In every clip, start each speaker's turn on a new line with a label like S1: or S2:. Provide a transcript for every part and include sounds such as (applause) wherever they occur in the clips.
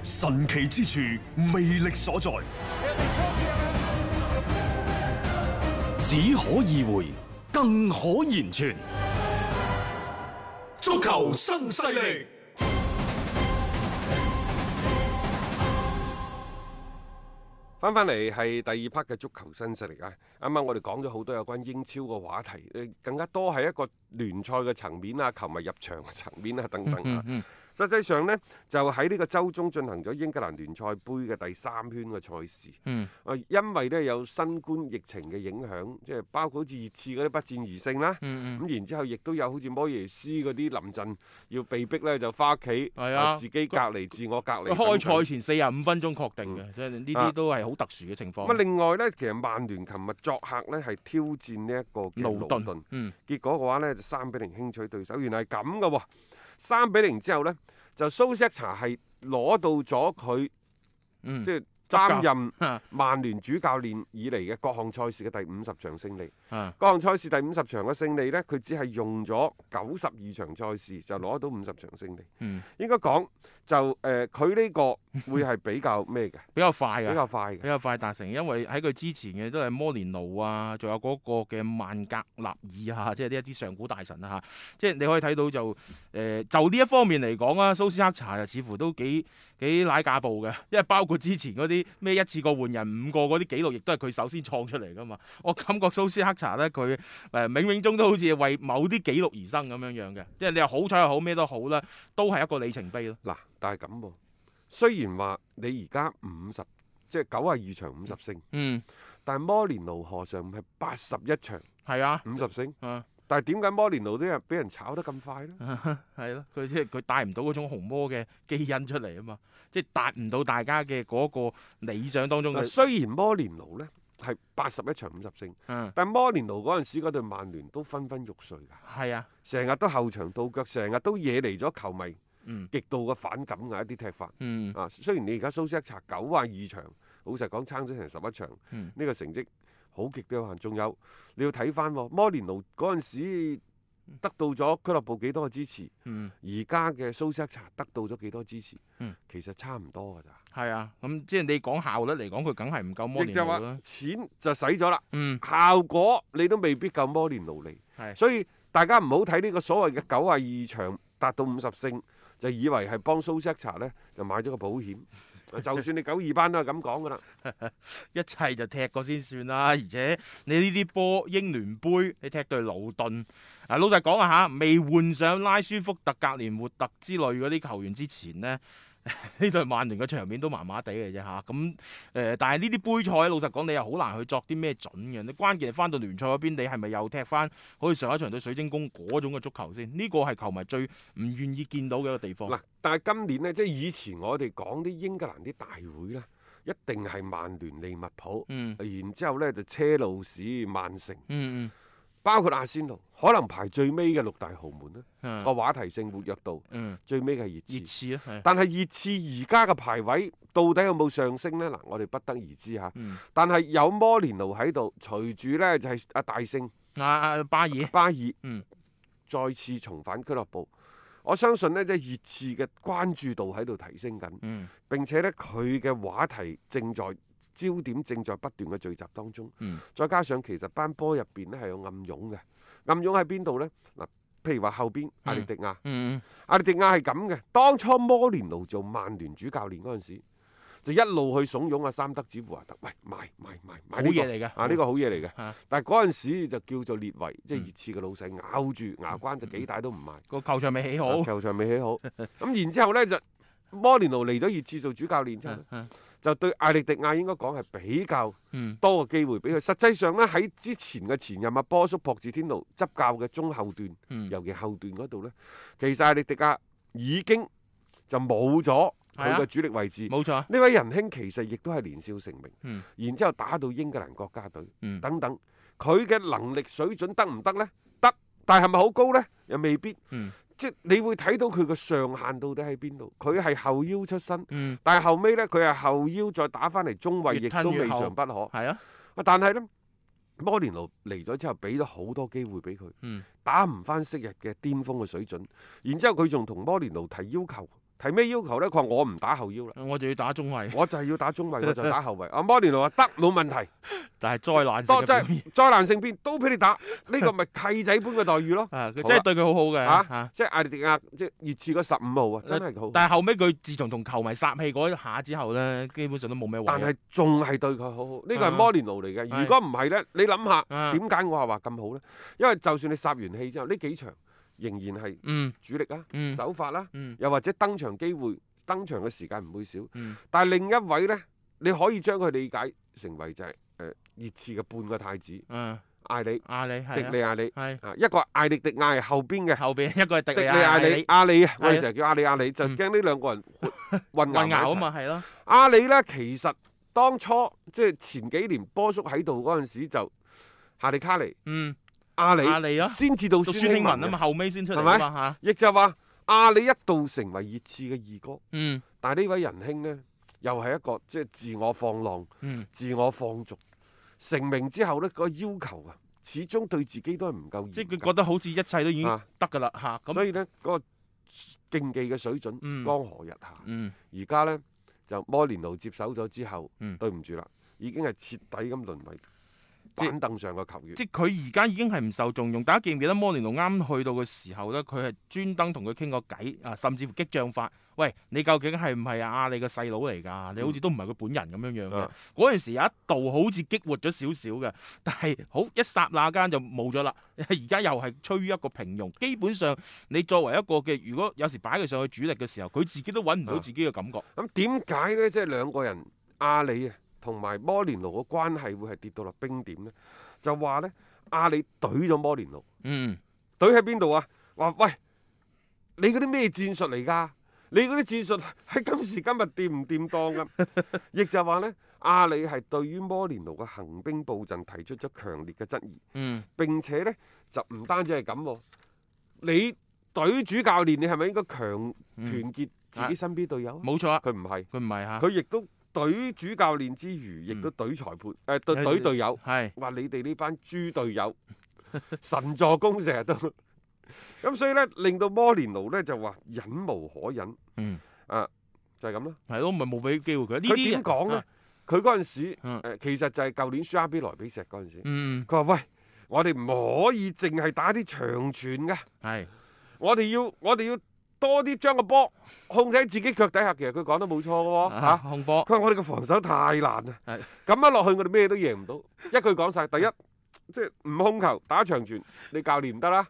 S1: 神奇之處，魅力所在，
S2: 只可意會，更可言傳。
S3: 足球新勢力，
S4: 翻翻嚟係第二 part 嘅足球新勢力啊！啱啱我哋講咗好多有關英超嘅話題，誒更加多係一個聯賽嘅層面啊，球迷入場嘅層面啊等等
S5: 嗯
S4: 啊。實際上呢，就喺呢個週中進行咗英格蘭聯賽杯嘅第三圈嘅賽事。
S5: 嗯
S4: 啊因為呢有新冠疫情嘅影響，即係包括好似熱刺嗰啲不戰而勝啦。
S5: 嗯嗯
S4: 咁然之後，亦都有好似摩耶斯嗰啲臨陣要被逼呢，就翻屋企，
S5: 係啊
S4: 自己隔離、自我隔離
S5: 佢
S4: 等等。
S5: 開賽前四十五分鐘確定嘅，即係呢
S4: 啊
S5: 啲都係好特殊嘅情
S4: 咁啊，
S5: 況。
S4: 另外呢，其實曼聯琴日作客呢係挑戰呢一個嘅
S5: 勞
S4: 勞
S5: 頓
S4: 頓，，
S5: 嗯，
S4: 結果嘅話呢，就三比零輕取對手，原來係咁嘅喎。三比零之後呢，就蘇斯查係攞到咗佢
S5: 嗯
S4: 即係
S5: 教
S4: 擔任
S5: (laughs) 啊
S4: 曼聯主教練以嚟嘅各項賽事嘅第五十場勝利。
S5: 啊
S4: 各項賽事第五十場嘅勝利呢，佢只係用咗九十二場賽事就攞到五十場勝利。
S5: 嗯
S4: 應該講就誒，佢、呢個會係比較咩嘅，
S5: 比較快
S4: 比
S5: 嘅，
S4: 較快嘅
S5: 比。較快達成，因為喺佢之前嘅都係摩連奴啊，仲有嗰個嘅曼格納爾啊， (laughs) 即係呢一啲上古大神啊嚇，即係你可以睇到就誒、呃就呢一方面嚟講啊，蘇斯克查就似乎都幾幾拉架步嘅， (laughs) 因為包括之前嗰啲咩一次過換人五個嗰啲記錄，亦都係佢首先創出嚟噶嘛。我感覺蘇斯克查咧，佢誒、呃冥冥中都好似為某啲記錄而生咁樣樣嘅，即係你又好彩又好咩都好啦，都係一個里程碑咯。
S4: 嗱，但係咁喎，雖然話你而家五十即係九廿二場五十勝，
S5: 嗯，
S4: 但係摩連奴何嘗唔係八十一場
S5: 係啊，
S4: 五十勝？
S5: 啊。 (laughs)
S4: 但係點解摩連奴都係俾人炒得咁快呢？
S5: 係咯，佢即係佢帶唔到嗰種紅魔嘅基因出嚟啊嘛，即係達唔到大家嘅嗰個理想當中
S4: 嗱，
S5: 嘅。
S4: 雖然摩連奴呢係八十一場五十勝，
S5: 嗯，
S4: 但係摩連奴嗰陣時嗰隊曼聯都昏昏欲睡㗎，
S5: 係啊，
S4: 成日都後場倒腳，成日都惹嚟咗球迷
S5: 嗯
S4: 極度嘅反感嘅一啲踢法。
S5: 嗯
S4: 啊，雖然你而家蘇斯克查九啊二場，老實講撐咗成十一場，呢、
S5: 嗯
S4: 個成績好極都有限。仲有你要睇翻摩連奴嗰陣時得到咗俱樂部幾多嘅支持，
S5: 嗯，
S4: 而家嘅蘇斯克查得到咗幾多支持，
S5: 嗯
S4: 其實差唔多㗎咋。
S5: 係啊，咁即係你講效率嚟講，佢梗係唔夠摩
S4: 亦
S5: 連
S4: 就
S5: 奴
S4: 話
S5: 啦。
S4: 錢就使咗啦，
S5: 嗯，
S4: 效果你都未必夠摩連奴嚟。
S5: 係
S4: 所以大家唔好睇呢個所謂嘅九啊二場達到五十勝，就以為係幫蘇斯克查呢，就買咗個保險。就算你九二班都係咁講㗎啦。
S5: 一切就踢過先算啦。而且你呢啲波英聯杯，你踢對勞頓，啊老實講啊嚇，未換上拉舒福特、格連活特之類嗰啲球員之前呢。 (laughs) 呢隊曼聯嘅場面都麻麻地嘅啫嚇，咁、誒，但係呢啲杯賽老實講，你又好難去作啲咩準嘅。你關鍵係翻到聯賽嗰邊，你係咪又踢翻好似上一場對水晶宮嗰種嘅足球先？呢個係球迷最唔願意見到嘅一個地方。
S4: 嗱，但係今年呢，即係以前我哋講啲英格蘭啲大會呢，一定係曼聯、利物浦，
S5: 嗯
S4: 然之後呢就車路士、曼城，
S5: 嗯
S4: 包括阿仙奴，可能排最尾嘅六大豪門呢
S5: 嗯
S4: 個話題性活躍度
S5: 嗯，
S4: 最尾嘅係熱刺。
S5: 熱刺啊，係
S4: 但係熱刺而家嘅排位到底有冇上升呢？嗱，我哋不得而知嚇。
S5: 嗯
S4: 但係有摩連奴喺度，隨住呢就係、阿大聖
S5: 啊啊巴爾。
S4: (laughs) 巴爾，
S5: 嗯
S4: 再次重返俱樂部，我相信呢，即係熱刺嘅關注度喺度提升緊。
S5: 嗯
S4: 並且呢，佢嘅話題正在焦點正在不斷嘅聚集當中。
S5: 嗯
S4: 再加上其實班波入邊呢係有暗湧嘅，暗湧喺邊度呢？嗱，譬如話後邊阿力迪亞，
S5: 嗯
S4: 阿力迪亞係咁嘅。當初摩連奴做曼聯主教練嗰陣時，就一路去慫恿阿三德子胡華特，喂買買買買呢
S5: 好嘢
S4: 個
S5: 嚟嘅
S4: 啊呢個好嘢嚟嘅
S5: 啊。
S4: 但係嗰陣時就叫做列維，即係
S5: 嗯
S4: 熱刺嘅老細咬住牙關就幾大都唔賣。
S5: 個球場未起嗯好
S4: 啊。球場未起好。咁然之後呢，就摩連奴嚟咗熱刺做主教練之後，
S5: 啊
S4: 就對艾力迪亞應該講係比較
S5: 嗯
S4: 多嘅機會俾佢。實際上呢，喺之前嘅前任啊波叔博治天奴執教嘅中後段，
S5: 嗯，
S4: 尤其後段嗰度呢，其實艾力迪亞已經就冇咗佢
S5: 係
S4: 嘅
S5: 啊
S4: 主力位置。
S5: 冇錯，
S4: 呢位仁兄其實亦都係年少成名，
S5: 嗯
S4: 然之後打到英格蘭國家隊、
S5: 嗯
S4: 等等，佢嘅能力水準得唔得呢？得，但係咪好高呢？又未必。
S5: 嗯
S4: 即係你會睇到佢嘅上限到底喺邊度？佢係後腰出身，
S5: 嗯，
S4: 但係後尾呢，佢係後腰再打翻嚟中衞，
S5: 越
S4: 亦
S5: 吞
S4: 都
S5: 越
S4: 未
S5: 後
S4: 嘗不可。
S5: 係啊，
S4: 啊但係呢，摩連奴嚟咗之後，俾咗好多機會俾佢，
S5: 嗯
S4: 打唔翻昔日嘅巔峰嘅水準。然之後佢仲同摩連奴提要求，提咩要求呢？佢話我唔打後
S5: (laughs)
S4: 腰啦。
S5: 我就要打中衞，
S4: 我就係要打中衞，我就打後衞。阿摩連奴話得冇問
S5: (laughs)
S4: 題，
S5: 但係災難性
S4: 多
S5: 嘅
S4: 真
S5: 表現
S4: 係 (laughs) 災難性變都俾你打，呢個咪契仔般嘅待遇
S5: (laughs)
S4: 咯。
S5: 啊，
S4: 好啊
S5: 佢
S4: 啦
S5: 真係對佢好好嘅
S4: 嚇
S5: 嚇。
S4: 即係艾利迪亞，即係熱刺嗰十五號啊，真係好。
S5: 但係後尾佢自從同球迷殺氣嗰一下之後咧，基本上都冇咩位啊。
S4: 但係仲係對佢好好，呢個係
S5: 啊
S4: 摩連奴嚟嘅。
S5: 係
S4: 如果唔係呢，你諗下
S5: 啊
S4: 點解我係話咁好呢？因為就算你殺完氣之後，呢幾場仍然係
S5: 嗯
S4: 主力啊、
S5: 嗯
S4: 手法啦，
S5: 嗯
S4: 又或者登場機會、登場嘅時間唔會少。
S5: 嗯
S4: 但係另一位呢，你可以將佢理解成為就係誒熱刺嘅半個太子
S5: 嗯，
S4: 艾里
S5: 阿里
S4: 迪利
S5: 係
S4: 亞里。
S5: 啊，
S4: 啊，一個係艾力迪亞係後邊嘅
S5: 係，後邊一 (laughs) 個係迪
S4: 迪
S5: 利
S4: 利
S5: 亞
S4: 亞
S5: 艾
S4: 里
S5: 利
S4: 阿里啊，我
S5: 係
S4: 哋
S5: 啊
S4: 成日叫阿里阿里，就
S5: 嗯
S4: 驚呢兩個人混
S5: (laughs)
S4: 混
S5: 混淆
S4: 淆
S5: 啊
S4: 嘛。
S5: 嘛，係咯，
S4: 阿里呢，其實當初即係前幾年波叔喺度嗰陣時就夏利卡尼、
S5: 嗯，
S4: 阿
S5: 阿
S4: 里
S5: 里咯，
S4: 先至到
S5: 讀
S4: 孫
S5: 孫興文
S4: 文
S5: 啊嘛，，後尾先出嚟
S4: 係咪
S5: 啊嘛嚇，
S4: 亦就話阿里一度成為熱刺嘅二哥，
S5: 嗯
S4: 但係呢位仁兄呢，又係一個即係自我放浪、
S5: 嗯
S4: 自我放逐，成名之後呢，個要求啊，始終對自己都係唔夠嚴
S5: 即係佢
S4: 格
S5: 覺得好似一切都已經
S4: 啊
S5: 得㗎啦嚇，咁
S4: 所以呢，嗰、個競技嘅水準、
S5: 嗯
S4: 江河日下。
S5: 嗯
S4: 而家呢，就摩連奴接手咗之後，
S5: 嗯
S4: 對唔住啦，已經係徹底咁淪為
S5: 即
S4: 板凳上嘅球員。
S5: 即係佢而家已經係唔受重用。大家記唔記得摩連奴啱去到嘅時候呢？佢係專登同佢傾過偈啊，甚至乎激將法。喂，你究竟係唔係阿你嘅細佬嚟㗎？你好似都唔係佢本人咁樣樣嘅
S4: 嗯啊。
S5: 嗰陣、時有一度好似激活咗少少嘅，但係好一霎那間就冇咗啦。 (laughs) 而家又係趨於一個平庸。基本上你作為一個嘅，如果有時擺佢上去主力嘅時候，佢自己都揾唔到
S4: 啊
S5: 自己嘅感覺。
S4: 咁點解呢？即係兩個人阿里啊同埋摩連奴嘅關係會係跌到落冰點呢？就話呢，阿里懟咗摩連奴，
S5: 嗯，
S4: 懟喺邊度啊？話喂，你嗰啲咩戰術嚟㗎？你嗰啲戰術 (laughs) 喺今時今日掂唔掂當㗎？亦就話呢，阿里係對於摩連奴嘅行兵布陣提出咗強烈嘅質疑。
S5: 嗯，
S4: 並且呢，就唔單止係咁喎，你隊主教練，你係咪應該強團結自己身邊隊友啊？
S5: 冇嗯錯啊，嗯
S4: 佢唔係，
S5: 佢唔係嚇，
S4: 佢亦都隊主教練之餘，亦都隊裁判誒、呃、隊隊隊友，
S5: 係
S4: 話你哋呢班豬隊
S5: (laughs)
S4: 友神助攻成日都咁，所以呢，令到摩連奴呢就話忍無可忍，
S5: 嗯
S4: 啊就係咁啦。
S5: 係咯，咪冇俾機會佢。呢
S4: 佢
S5: 啲
S4: 點
S5: 人
S4: 講呢
S5: 啊？
S4: 佢嗰陣時
S5: 嗯
S4: 誒其實就係舊年輸阿比萊比錫嗰陣時。
S5: 嗯，
S4: 佢話：喂，我哋唔可以淨係打啲長傳㗎，
S5: 係。
S4: 我哋要我哋要多啲將個波控制喺自己腳底下。其實佢講得冇錯嘅喎
S5: 啊，
S4: 嚇
S5: 控波
S4: 佢，話我哋嘅防守太難啦
S5: (laughs) 係，
S4: 咁樣落去我哋咩都贏唔到。一句講晒，第一即係唔控球打長
S5: (laughs)
S4: 傳，你教練唔得啦。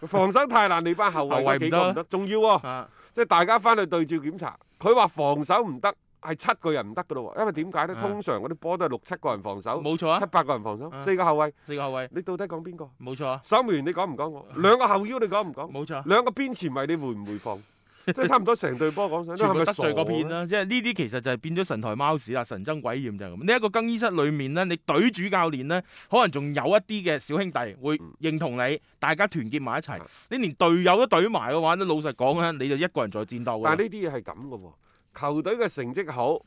S4: 防守太難，你班後衞
S5: 後
S4: 嗰
S5: 衞
S4: 幾
S5: 唔
S4: 個唔
S5: 得
S4: 得，仲要喎、
S5: 啊，
S4: 即係大家翻去對照檢查。佢話防守唔得，係七個人唔得嘅咯喎。因為點解呢？
S5: 啊
S4: 通常嗰啲波都係六七個人防守，
S5: 冇錯
S4: 七
S5: 啊，
S4: 八個人防守，
S5: 啊
S4: 四個後衞，
S5: 四個後衛，
S4: 你到底講邊個？
S5: 冇錯啊，
S4: 守門員你講唔講我？兩個後腰你講唔講？
S5: 冇錯。啊
S4: 兩個邊前衞你回唔回
S5: (laughs)
S4: 防？即係差唔多成隊波講晒，
S5: 全
S4: 都係
S5: 部
S4: 咪啊
S5: 得罪嗰片
S4: 片？
S5: 啦，即係呢啲其實就係變咗神台貓屎啦，神憎鬼厭就係咁。呢一個更衣室裏面呢，你隊主教練呢，可能仲有一啲嘅小兄弟會
S4: 嗯
S5: 認同你，大家團結埋一齊
S4: 啊。
S5: 你連隊友都隊埋嘅話，咧老實講啊，你就一個人在戰鬥㗎啦
S4: 但係呢啲嘢係咁嘅喎，球隊嘅成績好，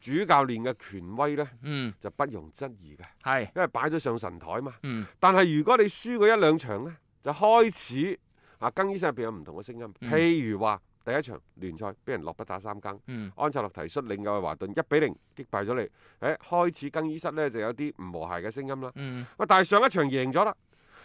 S4: 主教練嘅權威呢
S5: 嗯，
S4: 就不容質疑嘅，
S5: 係，
S4: 因為擺咗上神台嘛。
S5: 嗯，
S4: 但係如果你輸過一兩場呢，就開始啊更衣室入邊有唔同嘅聲音，
S5: 嗯
S4: 譬如話第一場聯賽俾人落筆打三更。
S5: 嗯，
S4: 安察洛提率領嘅愛華頓一比零擊敗咗你，誒開始更衣室呢就有啲唔和諧嘅聲音啦。
S5: 嗯，
S4: 喂，但係上一場贏咗啦，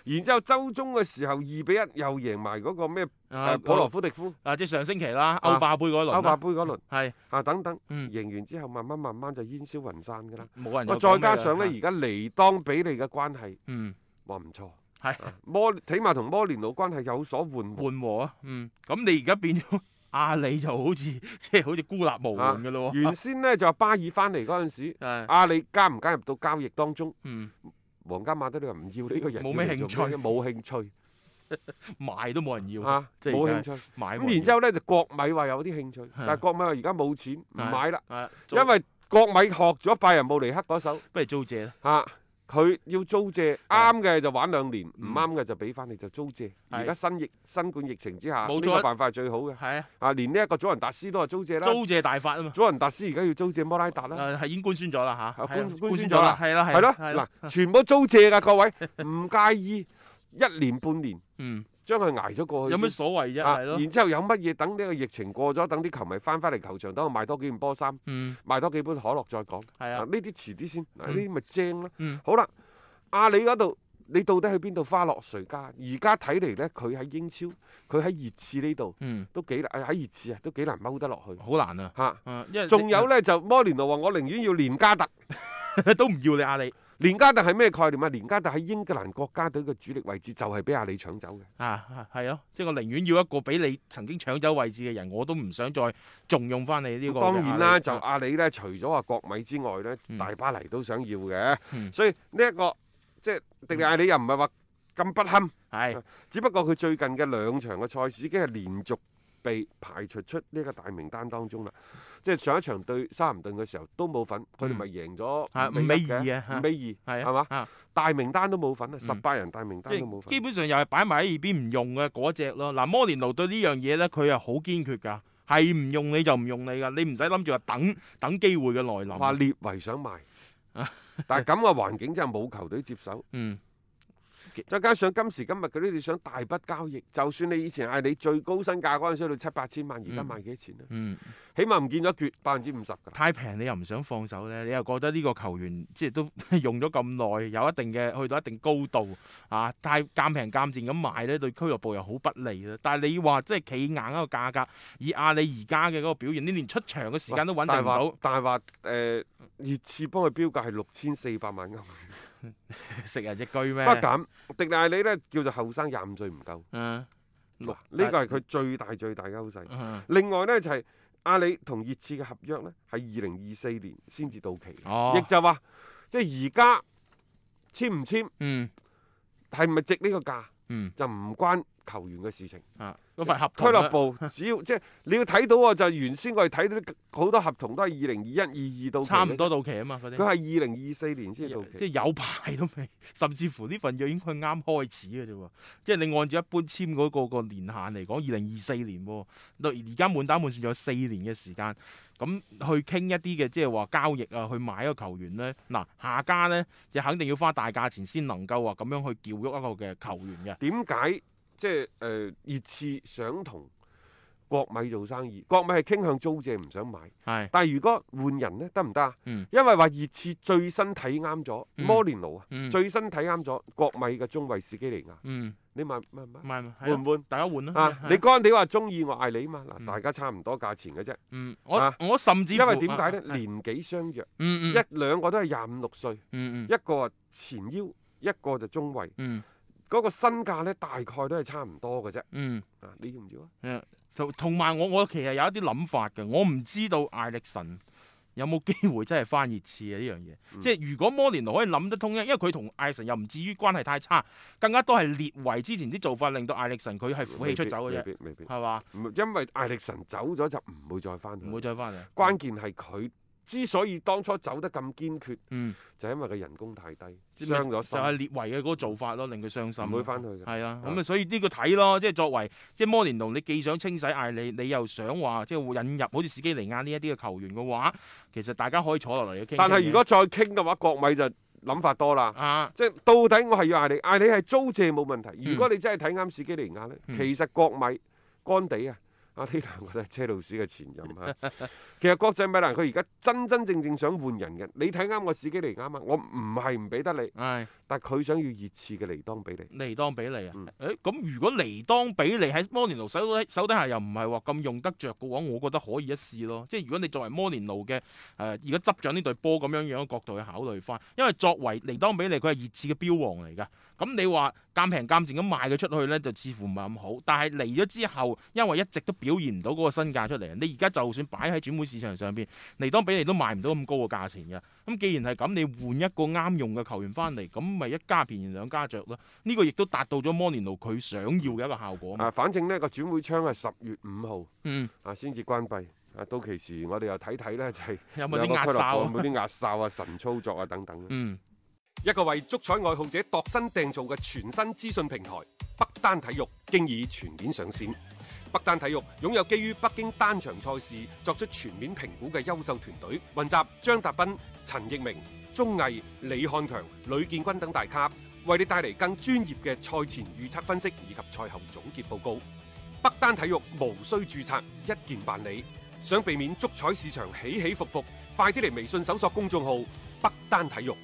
S4: 然之後周中嘅時候二比一又贏埋嗰個咩
S5: 啊
S4: 誒普羅夫迪夫
S5: 啊，即係上星期啦，
S4: 啊
S5: 歐霸杯嗰一輪啦，
S4: 歐霸杯嗰輪
S5: 係，
S4: 啊等等，
S5: 嗯，
S4: 贏完之後慢慢慢慢就煙消雲散㗎啦。
S5: 冇人有
S4: 喂，
S5: 講
S4: 啊再
S5: 咩啦啊
S4: 加上呢，，而家尼當比利嘅關係，
S5: 嗯，
S4: 話唔錯，
S5: 係。
S4: 啊摩起碼同摩連奴關係有所緩和。
S5: 緩和啊，嗯，咁你而家變咗 (laughs) 阿里就好似 (laughs) 即係好似孤立無
S4: 啊
S5: 援嘅咯喎，
S4: 原先呢，就話巴爾翻嚟嗰陣
S5: (laughs)
S4: 時，
S5: 係，
S4: 阿里加唔加入到交易當中？
S5: 嗯，
S4: 皇家馬德里話唔要呢個人，
S5: 冇咩
S4: 要嚟做咩
S5: 興趣
S4: 冇興趣。
S5: 賣都冇人要，
S4: 啊，
S5: 即係
S4: 冇
S5: 而
S4: 興
S5: 家
S4: 趣。
S5: 買冇
S4: 咁
S5: 人
S4: 然之
S5: 要
S4: 後呢，就國米話有啲興趣，但係國米話而家冇錢唔
S5: 係
S4: 買啦，
S5: 啊，租
S4: 因為國米學咗拜仁慕尼黑嗰手
S5: 不如租借啦，
S4: 啊。佢要租借，
S5: 啊
S4: 啱嘅就玩兩年，唔
S5: 嗯
S4: 啱嘅就俾翻你就租借。而家新疫新冠疫情之下，
S5: 冇
S4: 呢
S5: 錯
S4: 個辦法係最好嘅。
S5: 係啊，
S4: 啊，連呢一個祖雲達斯都係租借啦。
S5: 租借大法啊嘛，啊
S4: 祖雲達斯而家要租借摩拉達啦。
S5: 誒係已經官宣咗啦嚇，
S4: 啊
S5: 係啊
S4: 官官宣咗啦
S5: 係啦
S4: 係
S5: 係
S4: 咯，
S5: 係啦，
S4: 嗱，全部租借㗎，各位，唔介意一年半年
S5: 嗯，
S4: 將佢捱咗過去
S5: 有
S4: 先。
S5: 乜所謂啫？
S4: 啊
S5: 係咯，
S4: 然之後有乜嘢等呢個疫情過咗，等啲球迷翻返嚟球場，等我買多幾件波衫，
S5: 嗯，
S4: 買多幾杯可樂再講。
S5: 係
S4: 啊，
S5: 啊
S4: 呢，啲遲啲先，嗱呢
S5: 嗯
S4: 啲咪正咯。
S5: 嗯
S4: 好啦，阿里嗰度你到底去邊度花落誰家？而家睇嚟呢，佢喺英超，佢喺熱刺呢度
S5: 嗯，
S4: 都幾難，喺熱刺啊都幾難踎得落去
S5: 好難啊，
S4: 嚇。
S5: 啊因為你
S4: 仲有呢，就摩連奴話：我寧願要連加特。
S5: (laughs) 都唔要你阿里
S4: 連加特係咩概念啊？連加特喺英格蘭國家隊嘅主力位置就係俾阿里搶走嘅。
S5: 啊，係咯，即係我寧願要一個俾你曾經搶走位置嘅人，我都唔想再重用翻你呢個嘅
S4: 當
S5: 阿里。
S4: 然啦，就
S5: 啊
S4: 阿里呢，除咗話國米之外呢，
S5: 嗯
S4: 大巴黎都想要嘅。
S5: 嗯
S4: 所以呢、一個即係迪利艾里又唔係話咁不堪，
S5: 係
S4: 只不過佢最近嘅兩場嘅賽事已經係連續被排除出呢個大名單當中啦。即係上一場對沙林頓嘅時候都冇份，佢哋咪贏咗
S5: 啊
S4: 五比一
S5: 五比二啊
S4: 五比二
S5: 係啊
S4: 係嘛？
S5: 啊
S4: 大名單都冇份啊，
S5: 嗯
S4: 十八人大名
S5: 即
S4: 單都冇
S5: 係
S4: 份。
S5: 基本上又係擺埋喺二邊唔用嘅嗰只咯。嗱，摩連奴對呢樣嘢咧，佢係好堅決㗎，係唔用你就唔用你㗎，你唔使諗住話等等機會嘅來臨。
S4: 話列維想賣
S5: 啊，
S4: 但係咁嘅環境真係冇球隊接
S5: (laughs)
S4: 手，
S5: 嗯
S4: 再加上今時今日佢呢，你想大筆交易，就算你以前嗌你最高身價嗰陣時去到七八千萬，而家
S5: 嗯
S4: 賣幾多錢啊？
S5: 嗯，
S4: 起碼唔見咗橛百分之五十㗎啦。
S5: 太平你又唔想放手咧，你又覺得呢個球員 (laughs) 即係都用咗咁耐，有一定嘅去到一定高度啊，太鑑平鑑賤咁賣咧，對俱樂部又好不利啦。但係你話即係企硬一個價格，以阿里而家嘅嗰個表現，你連出場嘅時間都
S4: 喂
S5: 穩定唔到，，
S4: 但係話誒熱刺幫佢標價係六千四百萬歐。
S5: 食人隻居
S4: 不
S5: 咩
S4: 過？咁，迪賴里呢叫做後生廿五歲唔夠，
S5: 嗯，
S4: 嗱
S5: 六
S4: 呢個係佢最大最大嘅優勢。
S5: 嗯
S4: 另外呢，就係阿里同熱刺嘅合約呢，係二零二四年先至到期嘅，
S5: 哦
S4: 亦就話即係而家簽唔簽
S5: 嗯。
S4: 係咪值呢個價
S5: 嗯
S4: 就唔關球員嘅事情。
S5: 啊，嗰份合
S4: 俱
S5: 同啦
S4: 樂部只要即係你要睇到喎，就原先我哋睇到啲好多合同都係二零二一、二二到期嘅
S5: 差唔多，到期啊嘛，嗰
S4: 佢
S5: 啲
S4: 係二零二四年先到期。
S5: 即係有排都未，甚至乎呢份約應該係啱開始嘅啫喎。即係你按照一般簽嗰個個年限嚟講，二零二四年喎，到而家滿打滿算仲有四年嘅時間，咁去傾一啲嘅即係話交易啊，去買一個球員咧，嗱下家咧就肯定要花大價錢先能夠話咁樣去撬喐一個嘅球員嘅。
S4: 點解即係誒、呃、熱刺想同國米做生意？國米係傾向租借唔想買，
S5: 係，
S4: 但係如果換人呢，得唔得啊？
S5: 嗯
S4: 因為話熱刺最新睇啱咗
S5: 嗯
S4: 摩連奴啊，
S5: 嗯
S4: 最新睇啱咗國米嘅中衞史基尼亞，
S5: 嗯，
S4: 你買買唔買
S5: 唔？係唔
S4: 換唔
S5: 係啊，嗯
S4: 換？
S5: 大家換啦。
S4: 啊！
S5: 係
S4: 你嗰陣你話中意我嗌你嘛，嗱，
S5: 嗯
S4: 大家差唔多價錢嘅啫。
S5: 嗯，我
S4: 啊
S5: 我甚至
S4: 因為
S5: 乎
S4: 點解
S5: 啊
S4: 呢？年紀相若，
S5: 嗯嗯
S4: 一兩個都係廿五六歲，
S5: 嗯嗯
S4: 一個啊前腰，一個就中衞，
S5: 嗯
S4: 嗰個身價呢，大概都係差唔多嘅啫。
S5: 嗯。
S4: 啊，你要唔要啊？
S5: 誒，同同埋我我其實有一啲諗法嘅，我唔知道艾力神有冇機會真係翻熱刺啊呢樣嘢。
S4: 嗯
S5: 即係如果摩連奴可以諗得通咧，因為佢同艾力神又唔至於關係太差，更加多係列維之前啲做法令到艾力神佢係負氣出走嘅
S4: 未
S5: 啫，
S4: 必未必，未
S5: 係嘛？
S4: 必唔因為艾力神走咗就唔會再翻去。
S5: 唔會再翻嚟。
S4: 關鍵係佢之所以當初走得咁堅決，
S5: 嗯，
S4: 就係因為佢人工太低，
S5: 即係
S4: 傷咗
S5: 就係
S4: 心，
S5: 列維嘅嗰個做法咯，令佢傷心。
S4: 唔會翻去嘅。
S5: 係啊，
S4: 啊
S5: 咁啊，所以呢個睇咯，即係作為即係摩連奴，你既想清洗艾利，你又想話即係引入好似史基尼亞呢一啲嘅球員嘅話，其實大家可以坐落嚟去傾傾嘅。
S4: 但係如果再傾嘅話，國米就諗法多啦。
S5: 啊，
S4: 即係到底我係要艾利，艾利係租借冇問題。如果你真係睇啱史基尼亞呢，
S5: 嗯
S4: 其實國米、干地啊，啊呢兩個都係車路士嘅前任啊。
S5: (laughs)
S4: 其實國際米蘭佢而家真真正正想換人嘅，你睇啱我史基尼亞嘛？我唔係唔俾得你，
S5: 唉。
S4: 但係佢想要熱刺嘅尼當俾你。
S5: 尼當比利啊
S4: 嗯，
S5: 誒咁如果尼當比利喺摩連奴手底手底下又唔係話咁用得着嘅話，我覺得可以一試咯。即係如果你作為摩連奴嘅誒而家執掌呢隊波咁樣樣嘅角度去考慮翻，因為作為尼當比利佢係熱刺嘅標王嚟㗎，咁你話鑑平鑑賤咁賣佢出去呢，就似乎唔係咁好。但係嚟咗之後，因為一直都表現唔到嗰個身價出嚟，你而家就算擺喺轉會市場上邊，尼當比利都賣唔到咁高嘅價錢嘅。咁既然係咁，你換一個啱用嘅球員翻嚟，咁咪一家便宜兩家着咯。呢、個亦都達到咗摩連奴佢想要嘅一個效果嘛。
S4: 啊，反正呢個轉會窗係十月五號
S5: 嗯，
S4: 啊先至關閉。啊，到期時我哋又睇睇呢，就係、
S5: 有冇
S4: 兩
S5: 啲
S4: 個
S5: 壓
S4: 俱樂部
S5: 哨啊
S4: 有冇啲壓哨啊、神操作啊等等。
S5: 嗯。
S4: 一個為足彩愛好者度身訂造嘅全新資訊平台北單體育，經已全面上線。北單體育擁有基於北京單場賽事作出全面評估嘅優秀團隊，雲集張達斌、陳奕明、鐘毅、李漢強、呂建軍等大咖，為你帶嚟更專業嘅賽前預測分析以及賽後總結報告。北單體育無需註冊，一鍵辦理。想避免足彩市場起起伏伏，快啲嚟微信搜索公眾號北單體育。